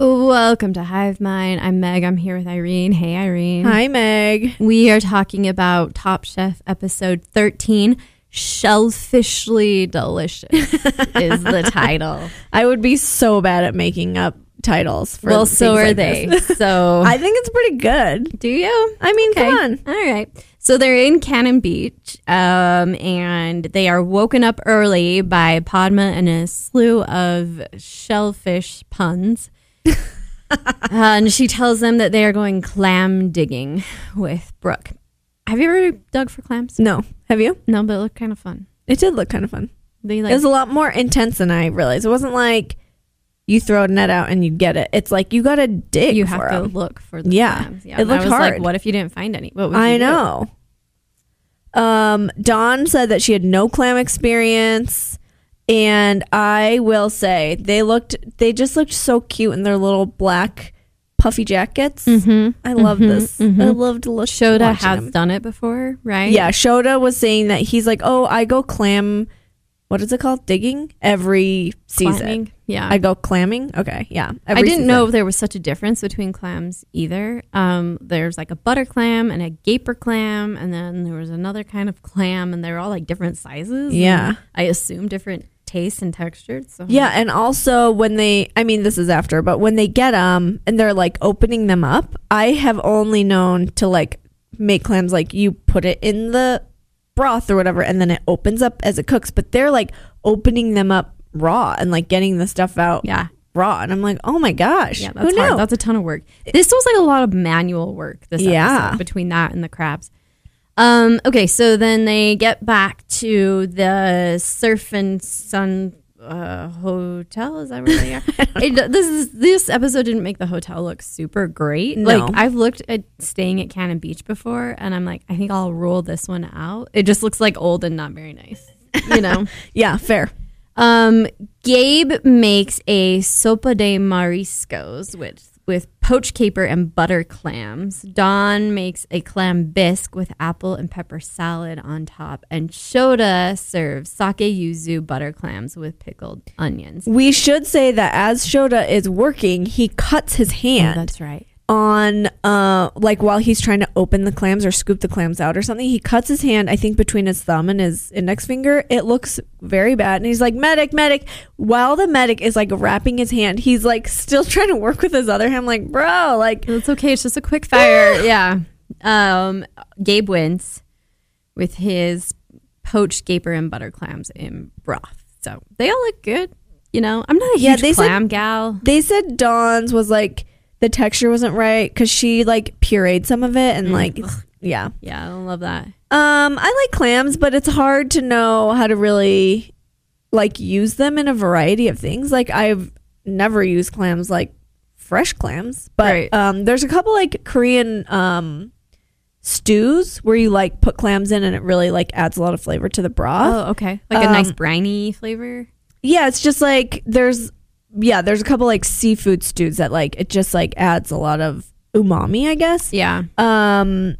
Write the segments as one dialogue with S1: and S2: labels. S1: Welcome to Hive Mind. I'm Meg. I'm here with Irene. Hey, Irene.
S2: Hi, Meg.
S1: We are talking about Top Chef episode 13. Shellfishly delicious is the title.
S2: I would be so bad at making up titles. For
S1: well, so
S2: things
S1: are
S2: like
S1: they.
S2: this.
S1: So,
S2: I think it's pretty good.
S1: do you?
S2: I mean, come on.
S1: All right. So they're in Cannon Beach, um, and they are woken up early by Padma and a slew of shellfish puns. Uh, and she tells them that they are going clam digging with Brooke. Have you ever dug for clams?
S2: No, have you?
S1: No, but it looked kind of fun.
S2: It did look kind of fun.
S1: They
S2: it
S1: like
S2: was a lot more intense than I realized. It wasn't like you throw a net out and you get it. It's like you got to dig.
S1: you
S2: for
S1: have to
S2: 'em.
S1: look for the
S2: Yeah.
S1: clams.
S2: It
S1: and I
S2: looked
S1: was Like,
S2: hard.
S1: what if you didn't find any? What would you
S2: I
S1: do?
S2: know. Um, Dawn said that she had no clam experience, and I will say they looked. They just looked so cute in their little black puffy jackets. I love this. I loved look.
S1: Mm-hmm. Shoda
S2: watching
S1: has
S2: them.
S1: done it before, right?
S2: Yeah, Shoda was saying that he's like, oh, I go clam. What is it called? Digging every season.
S1: Climbing. Yeah.
S2: I go clamming. Okay, yeah.
S1: I
S2: every
S1: didn't
S2: season.
S1: know there was such a difference between clams either. Um, there's like a butter clam and a gaper clam, and then there was another kind of clam, and they're all like different sizes.
S2: Yeah.
S1: and I assume different tastes and textures. So
S2: Yeah, and also when they, I mean, this is after, but when they get them and they're like opening them up, I have only known to like make clams like you put it in the broth or whatever, and then it opens up as it cooks. But they're like opening them up raw and like getting the stuff out
S1: yeah,
S2: raw, and I'm like, oh my gosh,
S1: yeah,
S2: who
S1: that's
S2: knew?
S1: hard. That's a ton of work. This was like a lot of manual work. This
S2: Yeah.
S1: episode, between that and the crabs. Um, okay, so then they get back to the surf and sun uh, hotel. Is that where they are? it, this is this episode didn't make the hotel look super great.
S2: No.
S1: Like I've looked at staying at Cannon Beach before, and I'm like, I think I'll rule this one out. It just looks like old and not very nice. You know.
S2: yeah, fair.
S1: Um, Gabe makes a sopa de mariscos with with poached caper and butter clams. Don makes a clam bisque with apple and pepper salad on top, and Shoda serves sake yuzu butter clams with pickled onions.
S2: We should say that as Shoda is working, he cuts his hand.
S1: Oh, that's right.
S2: on uh like while he's trying to open the clams or scoop the clams out or something he cuts his hand i think between his thumb and his index finger it looks very bad and he's like medic medic while the medic is like wrapping his hand he's like still trying to work with his other hand I'm like bro like
S1: It's okay. It's just a quick fire. yeah. Um, Gabe wins with his poached gaper and butter clams in broth. So they all look good. You know, I'm not a huge
S2: Yeah, they said-
S1: clam gal.
S2: they said dawn's was like the texture wasn't right because she like pureed some of it and like yeah
S1: Yeah, I don't love that.
S2: um i like clams but it's hard to know how to really like use them in a variety of things. Like I've never used clams like fresh clams, but
S1: Right.
S2: um, there's a couple like Korean um, stews where you like put clams in and it really like adds a lot of flavor to the broth.
S1: Oh, okay. Like a nice
S2: Um,
S1: briny flavor.
S2: Yeah, it's just like there's yeah there's a couple like seafood stews that like it just like adds a lot of umami, I guess.
S1: Yeah.
S2: Um,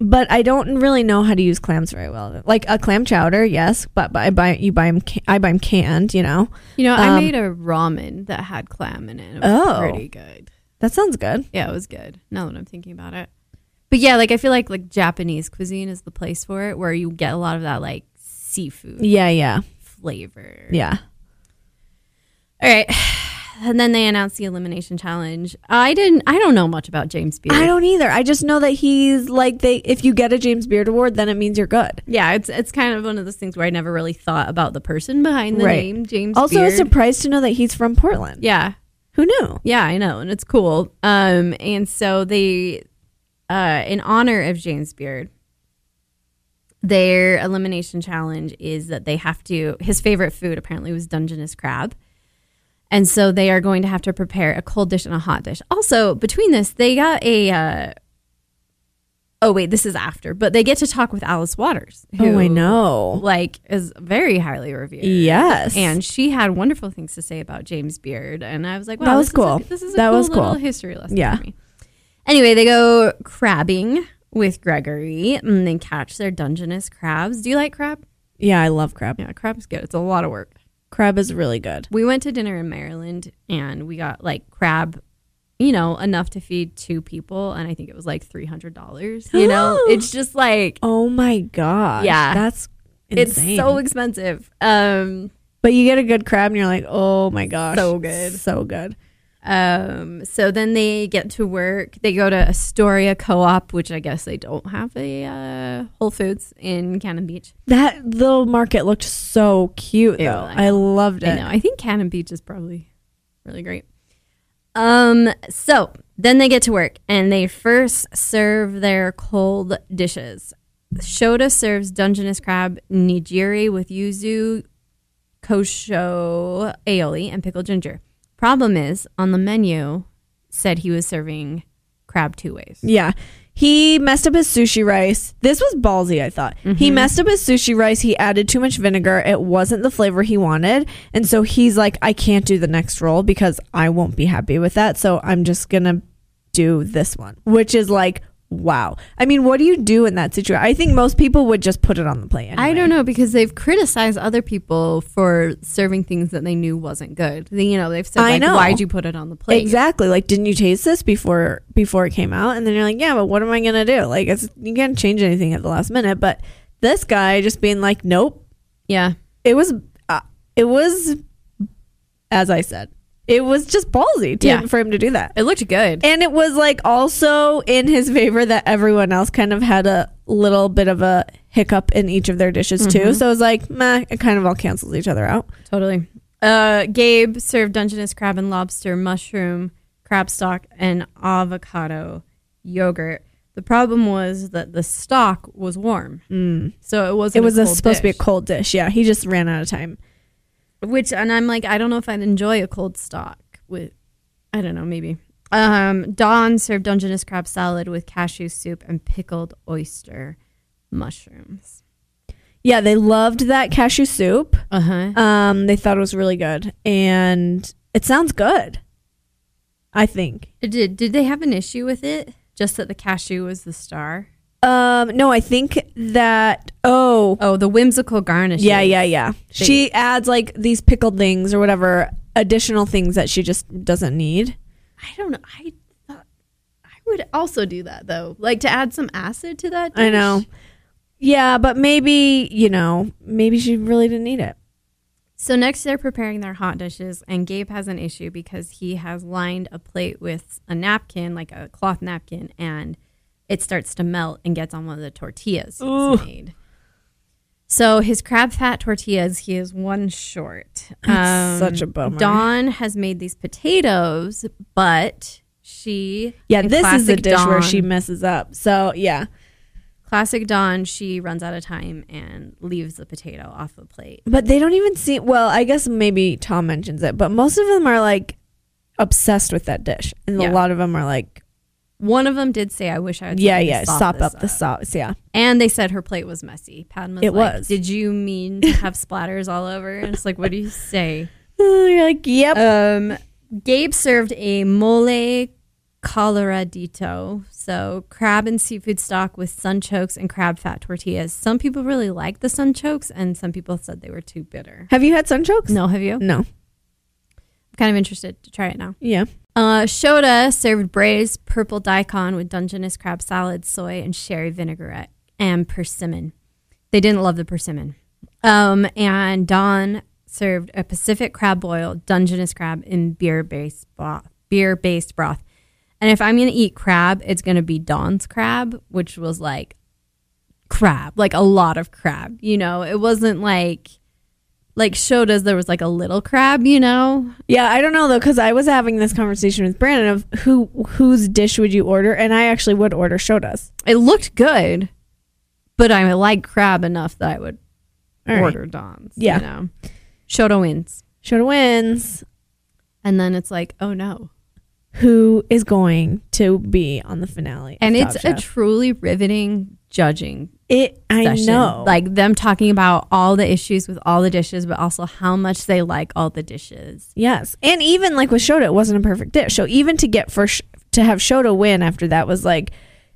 S2: but I don't really know how to use clams very well. Like a clam chowder, yes, but, but I buy you buy them ca- I buy them canned, you know.
S1: You know, I
S2: Um,
S1: made a ramen that had clam in it. It was
S2: Oh.
S1: pretty good.
S2: That sounds good.
S1: Yeah, it was good. Now that I'm thinking about it. But yeah, like I feel like like Japanese cuisine is the place for it where you get a lot of that like seafood
S2: Yeah, yeah,
S1: flavor.
S2: yeah.
S1: All right. And then they announced the elimination challenge. I didn't I don't know much about James Beard.
S2: I don't either. I just know that he's like they. If you get a James Beard Award, then it means you're good.
S1: yeah, it's it's kind of one of those things where I never really thought about the person behind the
S2: Right.
S1: name James
S2: Also, a
S1: Beard.
S2: surprise to know that he's from Portland.
S1: yeah.
S2: Who knew?
S1: Yeah, I know, and it's cool. Um, and so they, uh, in honor of James Beard, their elimination challenge is that they have to. His favorite food apparently was Dungeness crab, and so they are going to have to prepare a cold dish and a hot dish. Also, between this, they got a. Uh, oh wait, this is after, but they get to talk with Alice Waters,
S2: Oh, I
S1: who,
S2: know.
S1: like is very highly reviewed.
S2: Yes,
S1: And she had wonderful things to say about James Beard, and I was like, "Wow,
S2: That was
S1: this
S2: cool.
S1: Is a, this is a
S2: That
S1: cool
S2: was cool.
S1: little history lesson
S2: Yeah.
S1: for me." Anyway, they go crabbing with Gregory, and they catch their Dungeness crabs. Do you like crab?
S2: yeah, I love crab.
S1: Yeah, crab's good. It's a lot of work.
S2: Crab is really good.
S1: We went to dinner in Maryland, and we got like crab you know, enough to feed two people. And I think it was like $300. You know, it's just like,
S2: Oh my god.
S1: Yeah.
S2: That's
S1: it's so expensive. Um,
S2: But you get a good crab and you're like, "Oh my gosh.
S1: So good.
S2: So good."
S1: um, so then they get to work. They go to Astoria Co op, which I guess they don't have a uh, Whole Foods in Cannon Beach.
S2: That little market looked so cute though.
S1: Ew, I
S2: I loved
S1: I
S2: it.
S1: know. I think Cannon Beach is probably really great. Um, so then they get to work and they first serve their cold dishes. Shoda serves Dungeness crab nigiri with yuzu, kosho aioli, and pickled ginger. Problem is, on the menu, said he was serving crab two ways.
S2: Yeah. He messed up his sushi rice. This was ballsy, I thought.
S1: Mm-hmm.
S2: He messed up his sushi rice. He added too much vinegar. It wasn't the flavor he wanted. And so he's like, I can't do the next roll because I won't be happy with that. So I'm just going to do this one, which is like, wow. I mean, what do you do in that situation? I think most people would just put it on the plate.
S1: I
S2: anyway.
S1: don't know because they've criticized other people for serving things that they knew wasn't good. They- You know, they've said,
S2: I
S1: like,
S2: know.
S1: why'd you put it on the plate?
S2: Exactly. Like, didn't you taste this before before it came out? And then you're like, yeah, but what am I gonna do? Like, it's you can't change anything at the last minute. But this guy just being like, nope,
S1: Yeah.
S2: it was uh, it was as i said it was just ballsy to,
S1: Yeah.
S2: for him to do that
S1: It looked good.
S2: and it was like also in his favor that everyone else kind of had a little bit of a hiccup in each of their dishes
S1: Mm-hmm.
S2: too so it was like meh, it kind of all cancels each other out
S1: Totally. Uh, Gabe served Dungeness crab and lobster, mushroom, crab stock, and avocado yogurt. The problem was that the stock was warm,
S2: mm.
S1: so it
S2: it
S1: wasn't.
S2: was a,
S1: cold
S2: supposed to be a
S1: dish.
S2: cold dish yeah he just ran out of time
S1: Which, and I'm like, I don't know if I'd enjoy a cold stock with, I don't know, maybe. Um, Dawn served Dungeness crab salad with cashew soup and pickled oyster mushrooms.
S2: yeah they loved that cashew soup
S1: Uh huh.
S2: um they thought it was really good and it sounds good i think
S1: Did did they have an issue with it? Just that the cashew was the star.
S2: um no i think that oh
S1: Oh, the whimsical garnish.
S2: Yeah, yeah, yeah. She adds like these pickled things or whatever additional things that she just doesn't need.
S1: I don't know. I thought I would also do that though, like to add some acid to that.
S2: I know.
S1: dish.
S2: Yeah, but maybe, you know, maybe she really didn't need it.
S1: So next, they're preparing their hot dishes, and Gabe has an issue because he has lined a plate with a napkin, like a cloth napkin, and it starts to melt and gets on one of the tortillas he's made. So his crab fat tortillas, he is one short. Um,
S2: That's such a bummer.
S1: Dawn has made these potatoes, but she
S2: Yeah,
S1: in
S2: this is a
S1: classic
S2: dish where
S1: Dawn-
S2: she messes up. So, yeah.
S1: Classic Dawn, she runs out of time and leaves the potato off the plate.
S2: But they don't even see, well, I guess maybe Tom mentions it, but most of them are like obsessed with that dish. And
S1: Yeah.
S2: a lot of them are like,
S1: One of them did say, I wish I had
S2: yeah,
S1: something to
S2: yeah,
S1: sop
S2: sop
S1: this
S2: up the sauce. Yeah.
S1: And they said her plate was messy. Padma's
S2: It
S1: like,
S2: was.
S1: Did you mean to have splatters all over? And it's like, What do you say?
S2: Uh, You're like, yep.
S1: Um, Gabe served a mole coloradito, so crab and seafood stock with sunchokes and crab fat tortillas. Some people really liked the sunchokes, and some people said they were too bitter.
S2: Have you had sunchokes?
S1: No, have you? I'm
S2: No.
S1: kind of interested to try it now.
S2: Yeah.
S1: Uh, Shoda served braised purple daikon with Dungeness crab salad, soy, and sherry vinaigrette, and persimmon. They didn't love the persimmon. Um, and Don served a Pacific crab boil, Dungeness crab, in beer-based broth. Beer-based broth. And if I'm gonna eat crab, it's gonna be Don's crab, which was like crab, like a lot of crab. You know, it wasn't like like Shoda's. There was like a little crab. You know,
S2: Yeah, I don't know though, because I was having this conversation with Brandon of who whose dish would you order, and I actually would order shodas.
S1: It looked good, but I like crab enough that I would
S2: All right.
S1: order Don's.
S2: Yeah.
S1: You know? Shoto wins.
S2: Shoda wins.
S1: And then it's like, oh no.
S2: Who is going to be on the finale? of
S1: And
S2: Top
S1: it's
S2: Chef?
S1: a truly riveting judging
S2: it. I
S1: session.
S2: know.
S1: Like them talking about all the issues with all the dishes, but also how much they like all the dishes.
S2: yes, and even like with shoda, it wasn't a perfect dish. So even to get for sh- to have shoda win after that was like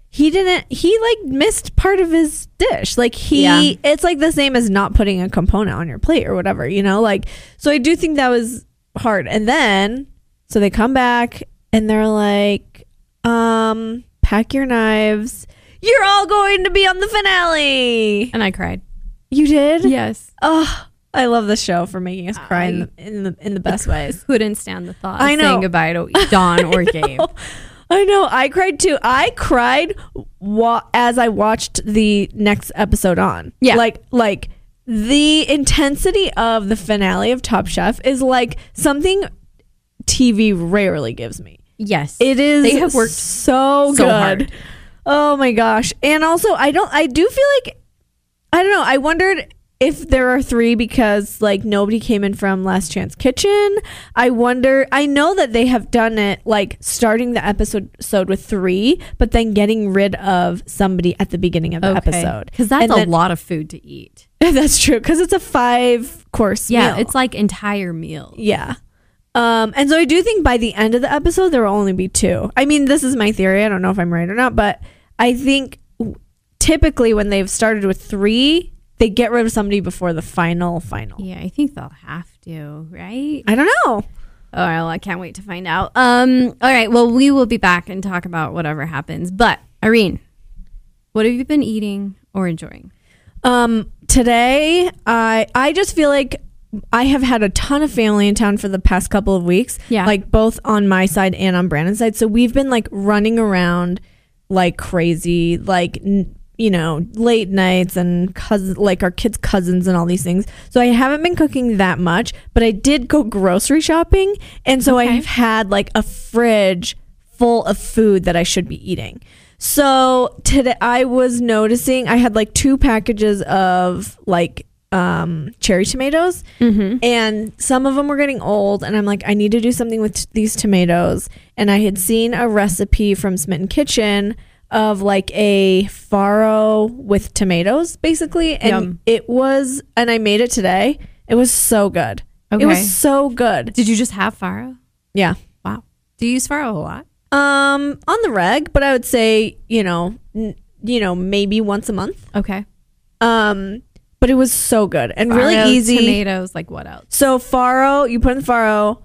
S2: he didn't. He like missed part of his dish. Like he,
S1: Yeah.
S2: it's like the same as not putting a component on your plate or whatever. You know, like so. I do think that was hard. And then so they come back and they're like, um, pack your knives. You're all going to be on the finale.
S1: And I cried.
S2: You did?
S1: Yes.
S2: Oh, I love the show for making us cry in,
S1: I-
S2: the, in the in the best ways.
S1: Couldn't stand the thought of
S2: I know.
S1: saying goodbye to Dawn or Gabe.
S2: I know. I cried too. I cried wa- as I watched the next episode on.
S1: Yeah.
S2: like like the intensity of the finale of Top Chef is like something TV rarely gives me.
S1: Yes.
S2: It is.
S1: They have worked
S2: so,
S1: so
S2: good.
S1: hard.
S2: Oh my gosh! And also, I don't. I do feel like I don't know. I wondered if there are three because like nobody came in from Last Chance Kitchen. I wonder. I know that they have done it like starting the episode episode with three, but then getting rid of somebody at the beginning of the episode
S1: Because that's
S2: And
S1: a
S2: then-
S1: lot of food to eat.
S2: That's true because it's a five course.
S1: Yeah.
S2: meal.
S1: It's like entire meals.
S2: Yeah. Um, and so I do think by the end of the episode, there will only be two. I mean, this is my theory. I don't know if I'm right or not, but I think w- typically when they've started with three, they get rid of somebody before the final, final.
S1: Yeah, I think they'll have to, right?
S2: I don't know.
S1: Oh, well, I can't wait to find out. Um, all right. Well, we will be back and talk about whatever happens. But Irene, what have you been eating or enjoying?
S2: Um, today, I I just feel like I have had a ton of family in town for the past couple of weeks.
S1: Yeah.
S2: like both on my side and on Brandon's side. So we've been like running around like crazy, like n- you know, late nights and cousins, like our kids' cousins and all these things. So I haven't been cooking that much, but I did go grocery shopping, and so
S1: Okay.
S2: I've had like a fridge full of food that I should be eating. So today I was noticing I had like two packages of like um cherry tomatoes
S1: Mm-hmm.
S2: and some of them were getting old and I'm like I need to do something with t- these tomatoes and I had seen a recipe from Smitten Kitchen of like a farro with tomatoes basically and
S1: Yum.
S2: it was and I made it today. It was so good. It
S1: Okay.
S2: was so good.
S1: Did you just have Faro?
S2: Yeah.
S1: Wow. Do you use Faro a lot?
S2: Um, on the reg, but I would say you know, n- you know, maybe once a month.
S1: Okay.
S2: Um, but it was so good and
S1: Faro,
S2: really easy.
S1: Tomatoes, like what else?
S2: So farro, you put in farro,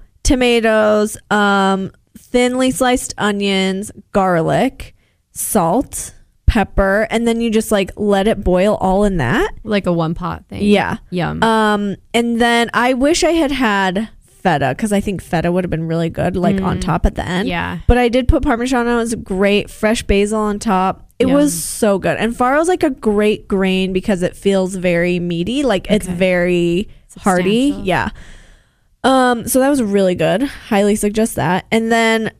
S2: tomatoes, um, thinly sliced onions, garlic, salt, pepper, and then you just like let it boil all in that.
S1: Like a one pot thing.
S2: Yeah.
S1: Yum.
S2: Um, and then I wish I had had feta because I think feta would have been really good, like on top at the end.
S1: yeah.
S2: But I did put Parmesan on. It was great. Fresh basil on top. It was
S1: Yum.
S2: so good. And Farro's like a great grain because it feels very meaty. Like it's
S1: Okay.
S2: very hearty.
S1: Substantial.
S2: Yeah. Um, so that was really good. Highly suggest that. And then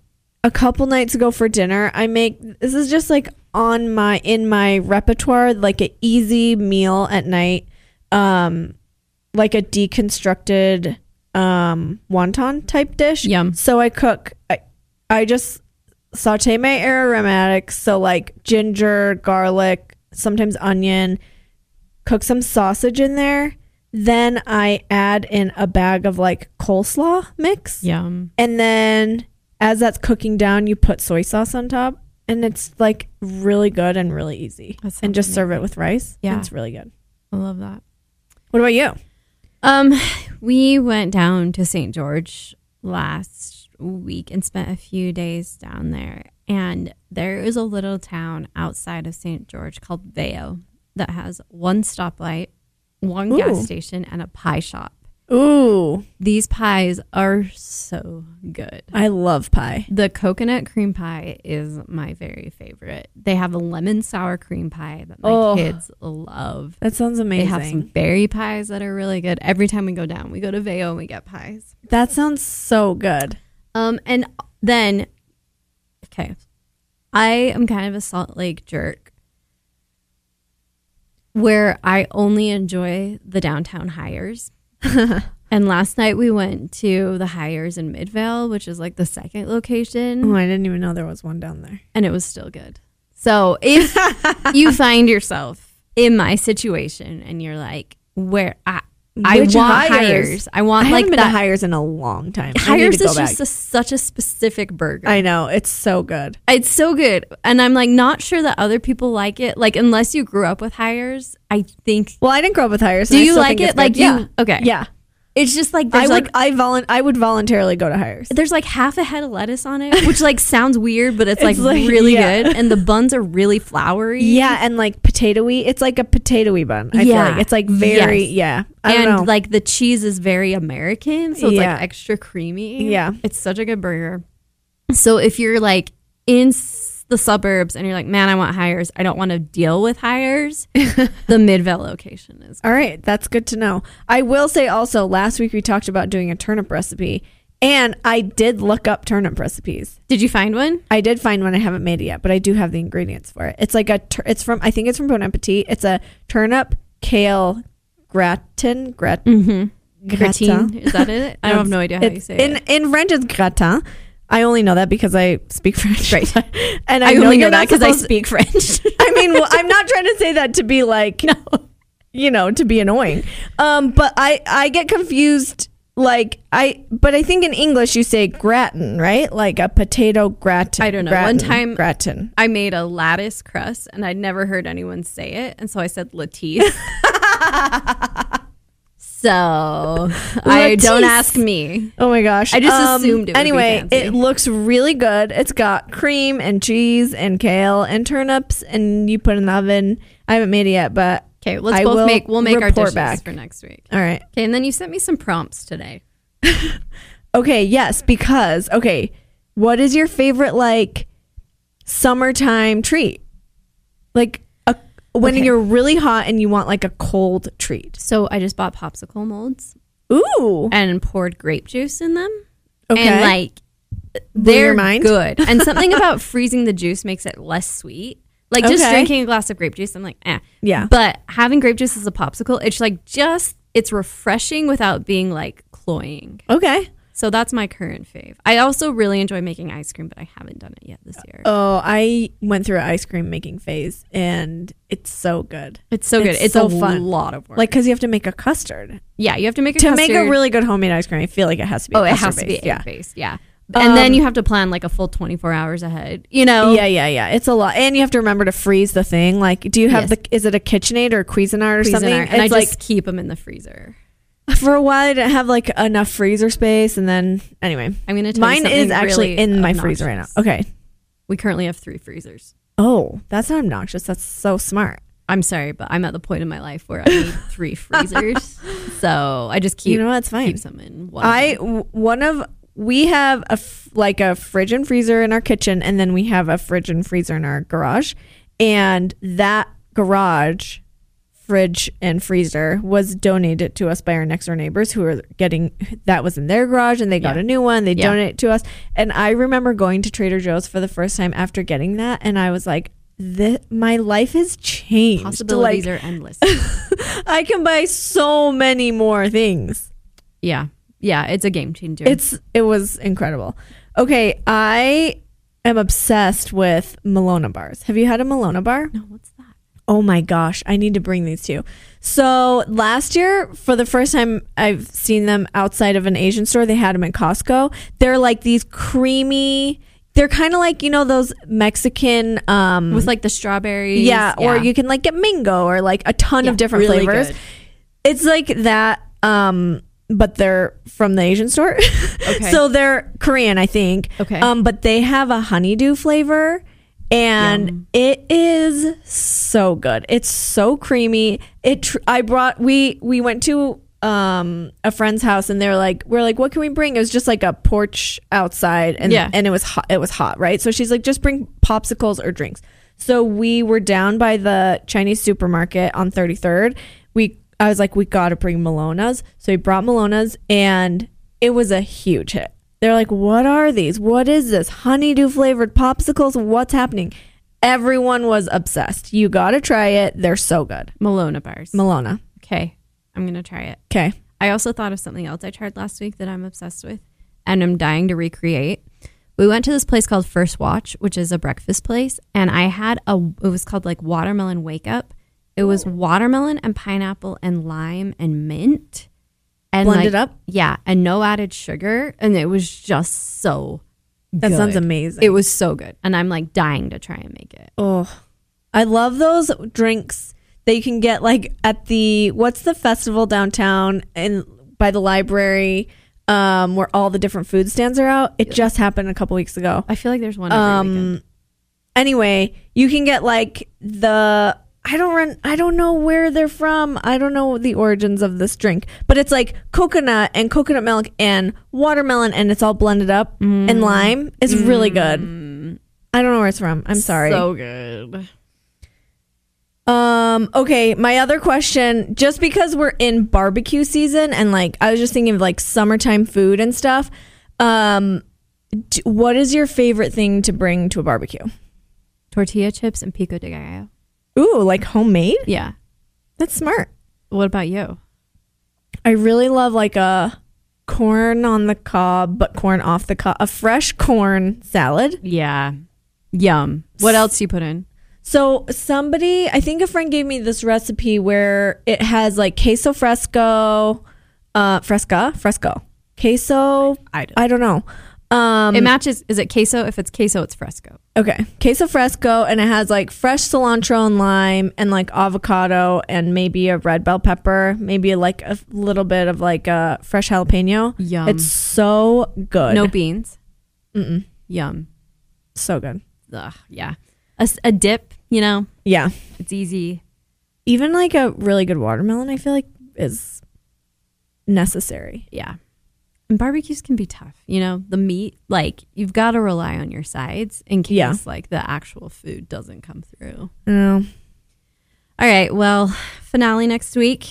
S2: a couple nights ago for dinner, I make this is just like on my in my repertoire, like an easy meal at night. Um, like a deconstructed um wonton type dish.
S1: Yum.
S2: So I cook I, I just saute my aromatics, so like ginger, garlic, sometimes onion, cook some sausage in there. Then I add in a bag of like coleslaw mix.
S1: Yum.
S2: And then as that's cooking down, you put soy sauce on top. And it's like really good and really easy.
S1: That sounds
S2: And just serve it with rice.
S1: Yeah.
S2: And it's really good.
S1: I love that.
S2: What about you?
S1: Um, we went down to St. George last week and spent a few days down there. And there is a little town outside of St. George called Veo that has one stoplight, one gas
S2: Ooh.
S1: station, and a pie shop.
S2: Ooh,
S1: These pies are so good.
S2: I love pie.
S1: The coconut cream pie is my very favorite. They have a lemon sour cream pie that my
S2: Oh.
S1: kids love.
S2: That sounds amazing.
S1: They have some berry pies that are really good. Every time we go down, we go to Veo and we get pies.
S2: that sounds so good.
S1: Um, and then, okay, I am kind of a Salt Lake jerk, where I only enjoy the downtown hires. and last night we went to the hires in Midvale, which is like the second location
S2: Oh, I didn't even know there was one down there.
S1: and it was still good. So if you find yourself in my situation and you're like, where I, I
S2: Which
S1: want
S2: hires?
S1: hires. I
S2: I
S1: want
S2: haven't
S1: like
S2: been to
S1: that.
S2: Hires in a long time. I need
S1: Hires
S2: to go
S1: is
S2: back.
S1: just a, such a specific burger.
S2: I know it's so good.
S1: it's so good, and I'm like not sure that other people like it. Like unless you grew up with hires, I think
S2: Well, I didn't grow up with Hires. and
S1: Do
S2: I
S1: you
S2: still
S1: like
S2: think it's
S1: it? Like
S2: good. yeah.
S1: you- okay.
S2: Yeah.
S1: It's just like
S2: I
S1: there's
S2: would
S1: like
S2: I volun I would voluntarily go to Hires.
S1: there's like half a head of lettuce on it, which like sounds weird, but it's, like,
S2: It's like-
S1: really
S2: yeah.
S1: good. And the buns are really floury.
S2: Yeah, and like potatoey. It's like a potatoey bun.
S1: Yeah.
S2: I feel like it's like very
S1: Yes.
S2: yeah. I
S1: and
S2: don't know.
S1: like the cheese is very American, so it's
S2: Yeah.
S1: like extra creamy.
S2: Yeah.
S1: it's such a good burger. So if you're like in s- the suburbs and you're like, man, I want hires. I don't want to deal with hires. the Midvale location is.
S2: All right, that's good to know. I will say also, last week we talked about doing a turnip recipe, and I did look up turnip recipes.
S1: Did you find one?
S2: I did find one I haven't made it yet, but I do have the ingredients for it. It's like a tur- it's from I think it's from Bon Appetit. It's a turnip kale gratin grat
S1: Mm-hmm.
S2: Gratin.
S1: Gratin. Is that it? Mm-hmm. I have no idea how you
S2: It's-
S1: say
S2: in,
S1: it.
S2: In French, it's gratin. I only know that because I speak French.
S1: Right.
S2: And I,
S1: I, only know
S2: you're
S1: that
S2: not
S1: because I
S2: supposed-
S1: speak French.
S2: I mean, well, I'm not trying to say that to be like, you know, to be annoying. Um, but I I get confused. Like I, but I think in English you say gratin, right? Like a potato gratin.
S1: I don't know. One
S2: gratin,
S1: time-
S2: gratin.
S1: I made a lattice crust and I'd never heard anyone say it. And so I said Latisse. so I don't
S2: Latisse.
S1: ask me.
S2: Oh my gosh!
S1: I just assumed it would be
S2: anyway,
S1: fancy.
S2: it looks really good. It's got cream and cheese and kale and turnips, and you put it in the oven. I haven't made it yet, but
S1: Okay, let's
S2: I
S1: both
S2: will
S1: make we'll make our
S2: report
S1: dishes
S2: back.
S1: for next week.
S2: all right.
S1: Okay, and then you sent me some prompts today.
S2: Okay, yes, because okay, what is your favorite like summertime treat? Like a, when
S1: Okay.
S2: you're really hot and you want like a cold treat.
S1: So I just bought popsicle molds
S2: Ooh.
S1: and poured grape juice in them.
S2: Okay.
S1: And like
S2: Blew your
S1: they're
S2: mind?
S1: good. And something about freezing the juice makes it less sweet. Like just
S2: Okay.
S1: drinking a glass of grape juice, I'm like, eh.
S2: Yeah.
S1: But having grape juice as a popsicle, it's like just it's refreshing without being like cloying.
S2: Okay.
S1: So that's my current fave. I also really enjoy making ice cream, but I haven't done it yet this year.
S2: Oh, I went through an ice cream making phase and it's so good.
S1: it's so good. It's,
S2: so
S1: a
S2: fun.
S1: lot of work.
S2: Like cuz you have to make a custard.
S1: yeah, you have to make a
S2: To make a
S1: custard.
S2: really good homemade ice cream, I feel like it has to be
S1: oh, it
S2: custard
S1: has to be
S2: based.
S1: egg
S2: Yeah.
S1: based. Yeah. And then
S2: Um,
S1: you have to plan like a full 24 hours ahead. You know.
S2: Yeah, yeah, yeah. It's a lot, and you have to remember to freeze the thing. Like, do you have
S1: Yes.
S2: the? Is it a KitchenAid or a Cuisinart or
S1: Cuisinart.
S2: something?
S1: And
S2: it's
S1: I
S2: like
S1: just keep them in the freezer.
S2: for a while I didn't have like enough freezer space and then anyway.
S1: I'm gonna tell you
S2: Mine
S1: something
S2: is actually
S1: really
S2: in my freezer right now.
S1: obnoxious.
S2: Okay.
S1: We currently have three freezers.
S2: Oh, that's not obnoxious. That's so smart.
S1: I'm sorry, but I'm at the point in my life where I need three freezers. So I just keep
S2: you know what? It's fine.
S1: keep some in one.
S2: I w- one of we have a f- like a fridge and freezer in our kitchen and then we have a fridge and freezer in our garage and that garage fridge and freezer was donated to us by our next door neighbors who were getting that was in their garage and they got
S1: Yeah.
S2: a new one they
S1: Yeah.
S2: donated it to us and i remember going to trader joe's for the first time after getting that and i was like "Thi- my life has changed
S1: possibilities
S2: like,
S1: are endless.
S2: i can buy so many more things
S1: yeah, yeah, it's a game changer.
S2: it's it was incredible. Okay, I am obsessed with Melona bars. Have you had a Melona bar?
S1: no, what's that?
S2: Oh my gosh, I need to bring these to you. So last year, for the first time I've seen them outside of an Asian store, they had them at Costco. They're like these creamy. They're kind of like you know those Mexican. Um,
S1: With like the strawberries.
S2: yeah, or you can like get mango or like a ton
S1: Yeah,
S2: of different
S1: really
S2: flavors.
S1: good.
S2: It's like that, um, but they're from the Asian store.
S1: Okay.
S2: so they're Korean, I think.
S1: Okay.
S2: Um, but they have a honeydew flavor and it is so good. It's so creamy. It tr- I brought we we went to um a friend's house and they were like we're like what can we bring? It was just like a porch outside and
S1: Yeah.
S2: and it was hot it was hot, right? So she's like just bring popsicles or drinks. So we were down by the Chinese supermarket on 33rd. We I was like we got to bring Melonas. So we brought Melonas and it was a huge hit. They're like, what are these? What is this? Honeydew flavored popsicles? What's happening? Everyone was obsessed. You got to try it. They're so good.
S1: Malona bars.
S2: Melona.
S1: okay, I'm gonna try it.
S2: Okay.
S1: I also thought of something else I tried last week that I'm obsessed with and I'm dying to recreate. We went to this place called First Watch, which is a breakfast place, and I had a it was called like watermelon wake up. It was watermelon and pineapple and lime and mint and
S2: Blended
S1: like-
S2: up?
S1: Yeah, and no added sugar, and it was just so
S2: That sounds
S1: good.
S2: amazing.
S1: It was so good, and I'm like dying to try and make it.
S2: oh, I love those drinks that you can get like at the what's the festival downtown and by the library um, where all the different food stands are out. It just happened a couple weeks ago.
S1: I feel like there's one every weekend.
S2: Anyway, you can get like the I don't run I don't know where they're from. I don't know the origins of this drink, but it's like coconut and coconut milk and watermelon and it's all blended up and lime. It's really good. I don't know where it's from. I'm sorry.
S1: Mm. Um, So good.
S2: Um, okay, my other question, just because we're in barbecue season and like I was just thinking of like summertime food and stuff, um d- what is your favorite thing to bring to a barbecue?
S1: Tortilla chips and pico de gallo.
S2: Ooh, like homemade?
S1: Yeah.
S2: That's smart.
S1: What about you?
S2: I really love like a corn on the cob, but corn off the cob, a fresh corn salad.
S1: Yeah. Yum. What else you put in?
S2: So somebody, I think a friend gave me this recipe where it has like queso fresco, uh, fresca, fresco, queso.
S1: I don't-
S2: I don't know. Um,
S1: it matches. Is it queso? If it's queso, it's fresco.
S2: Okay. Queso fresco and it has like fresh cilantro and lime and like avocado and maybe a red bell pepper, maybe like a little bit of like a fresh jalapeno.
S1: Yum.
S2: It's so good.
S1: No beans. Mm-mm. Yum.
S2: So good.
S1: Ugh, yeah. A, s- a dip, you know,
S2: Yeah.
S1: it's easy.
S2: Even like a really good watermelon I feel like is necessary.
S1: Yeah. And barbecues can be tough. You know, the meat, like, you've got to rely on your sides in case,
S2: Yeah.
S1: like, the actual food doesn't come through.
S2: Oh.
S1: All right. Well, finale next week.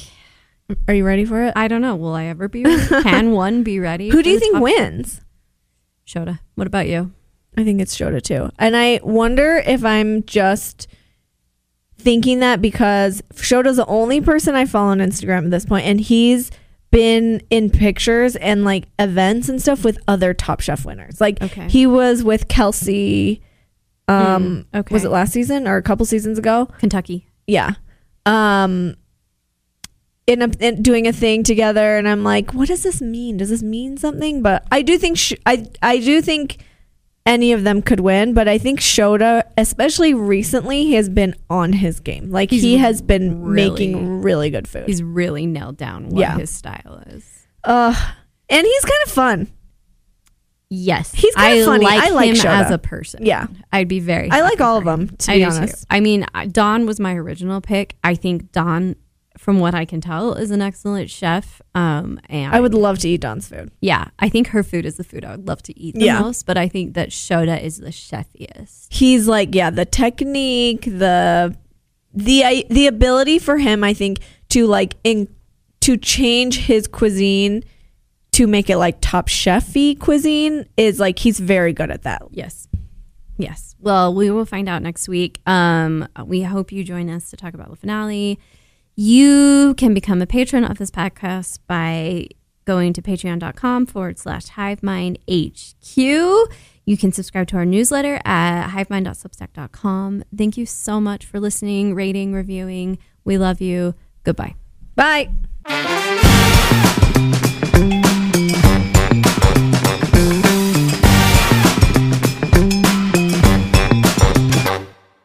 S2: Are you ready for it?
S1: I don't know. Will I ever be ready? Can one be ready?
S2: Who
S1: for
S2: do you
S1: the
S2: think
S1: top-
S2: wins?
S1: Shoda. What about you?
S2: I think it's Shota too. And I wonder if I'm just thinking that because Shota's the only person I follow on Instagram at this point, and he's been in pictures and like events and stuff with other Top Chef winners. Like
S1: Okay.
S2: he was with Kelsey. Um,
S1: Mm, okay.
S2: was it last season or a couple seasons ago?
S1: Kentucky.
S2: Yeah. Um, in, a, in doing a thing together, and I'm like, what does this mean? Does this mean something? But I do think sh- I I do think any of them could win, but I think Shoda, especially recently, he has been on his game. Like
S1: He's
S2: he has been
S1: really-
S2: making really good food.
S1: He's really nailed down what
S2: Yeah.
S1: his style is.
S2: uh, and he's kind of fun.
S1: Yes.
S2: He's kinda
S1: I
S2: funny.
S1: Like
S2: I like
S1: him
S2: Shoda.
S1: as a person.
S2: Yeah.
S1: I'd be very.
S2: I like
S1: happy
S2: all
S1: for
S2: of
S1: him.
S2: them, to
S1: I
S2: be
S1: do too.
S2: honest.
S1: I mean, I- Don was my original pick. I think Don, from what I can tell, is an excellent chef. Um, and
S2: I would love to eat Don's food.
S1: yeah, I think her food is the food I would love to eat the
S2: Yeah.
S1: most. But I think that Shoda is the chefiest.
S2: he's like yeah the technique the the I, the ability for him i think to like in to change his cuisine to make it like top chefy cuisine is like he's very good at that
S1: Yes. Yes. Well, we will find out next week. Um, we hope you join us to talk about the finale. You can become a patron of this podcast by going to patreon.com forward slash hivemind HQ. You can subscribe to our newsletter at hivemind.substack.com. Thank you so much for listening, rating, reviewing. We love you. Goodbye.
S2: bye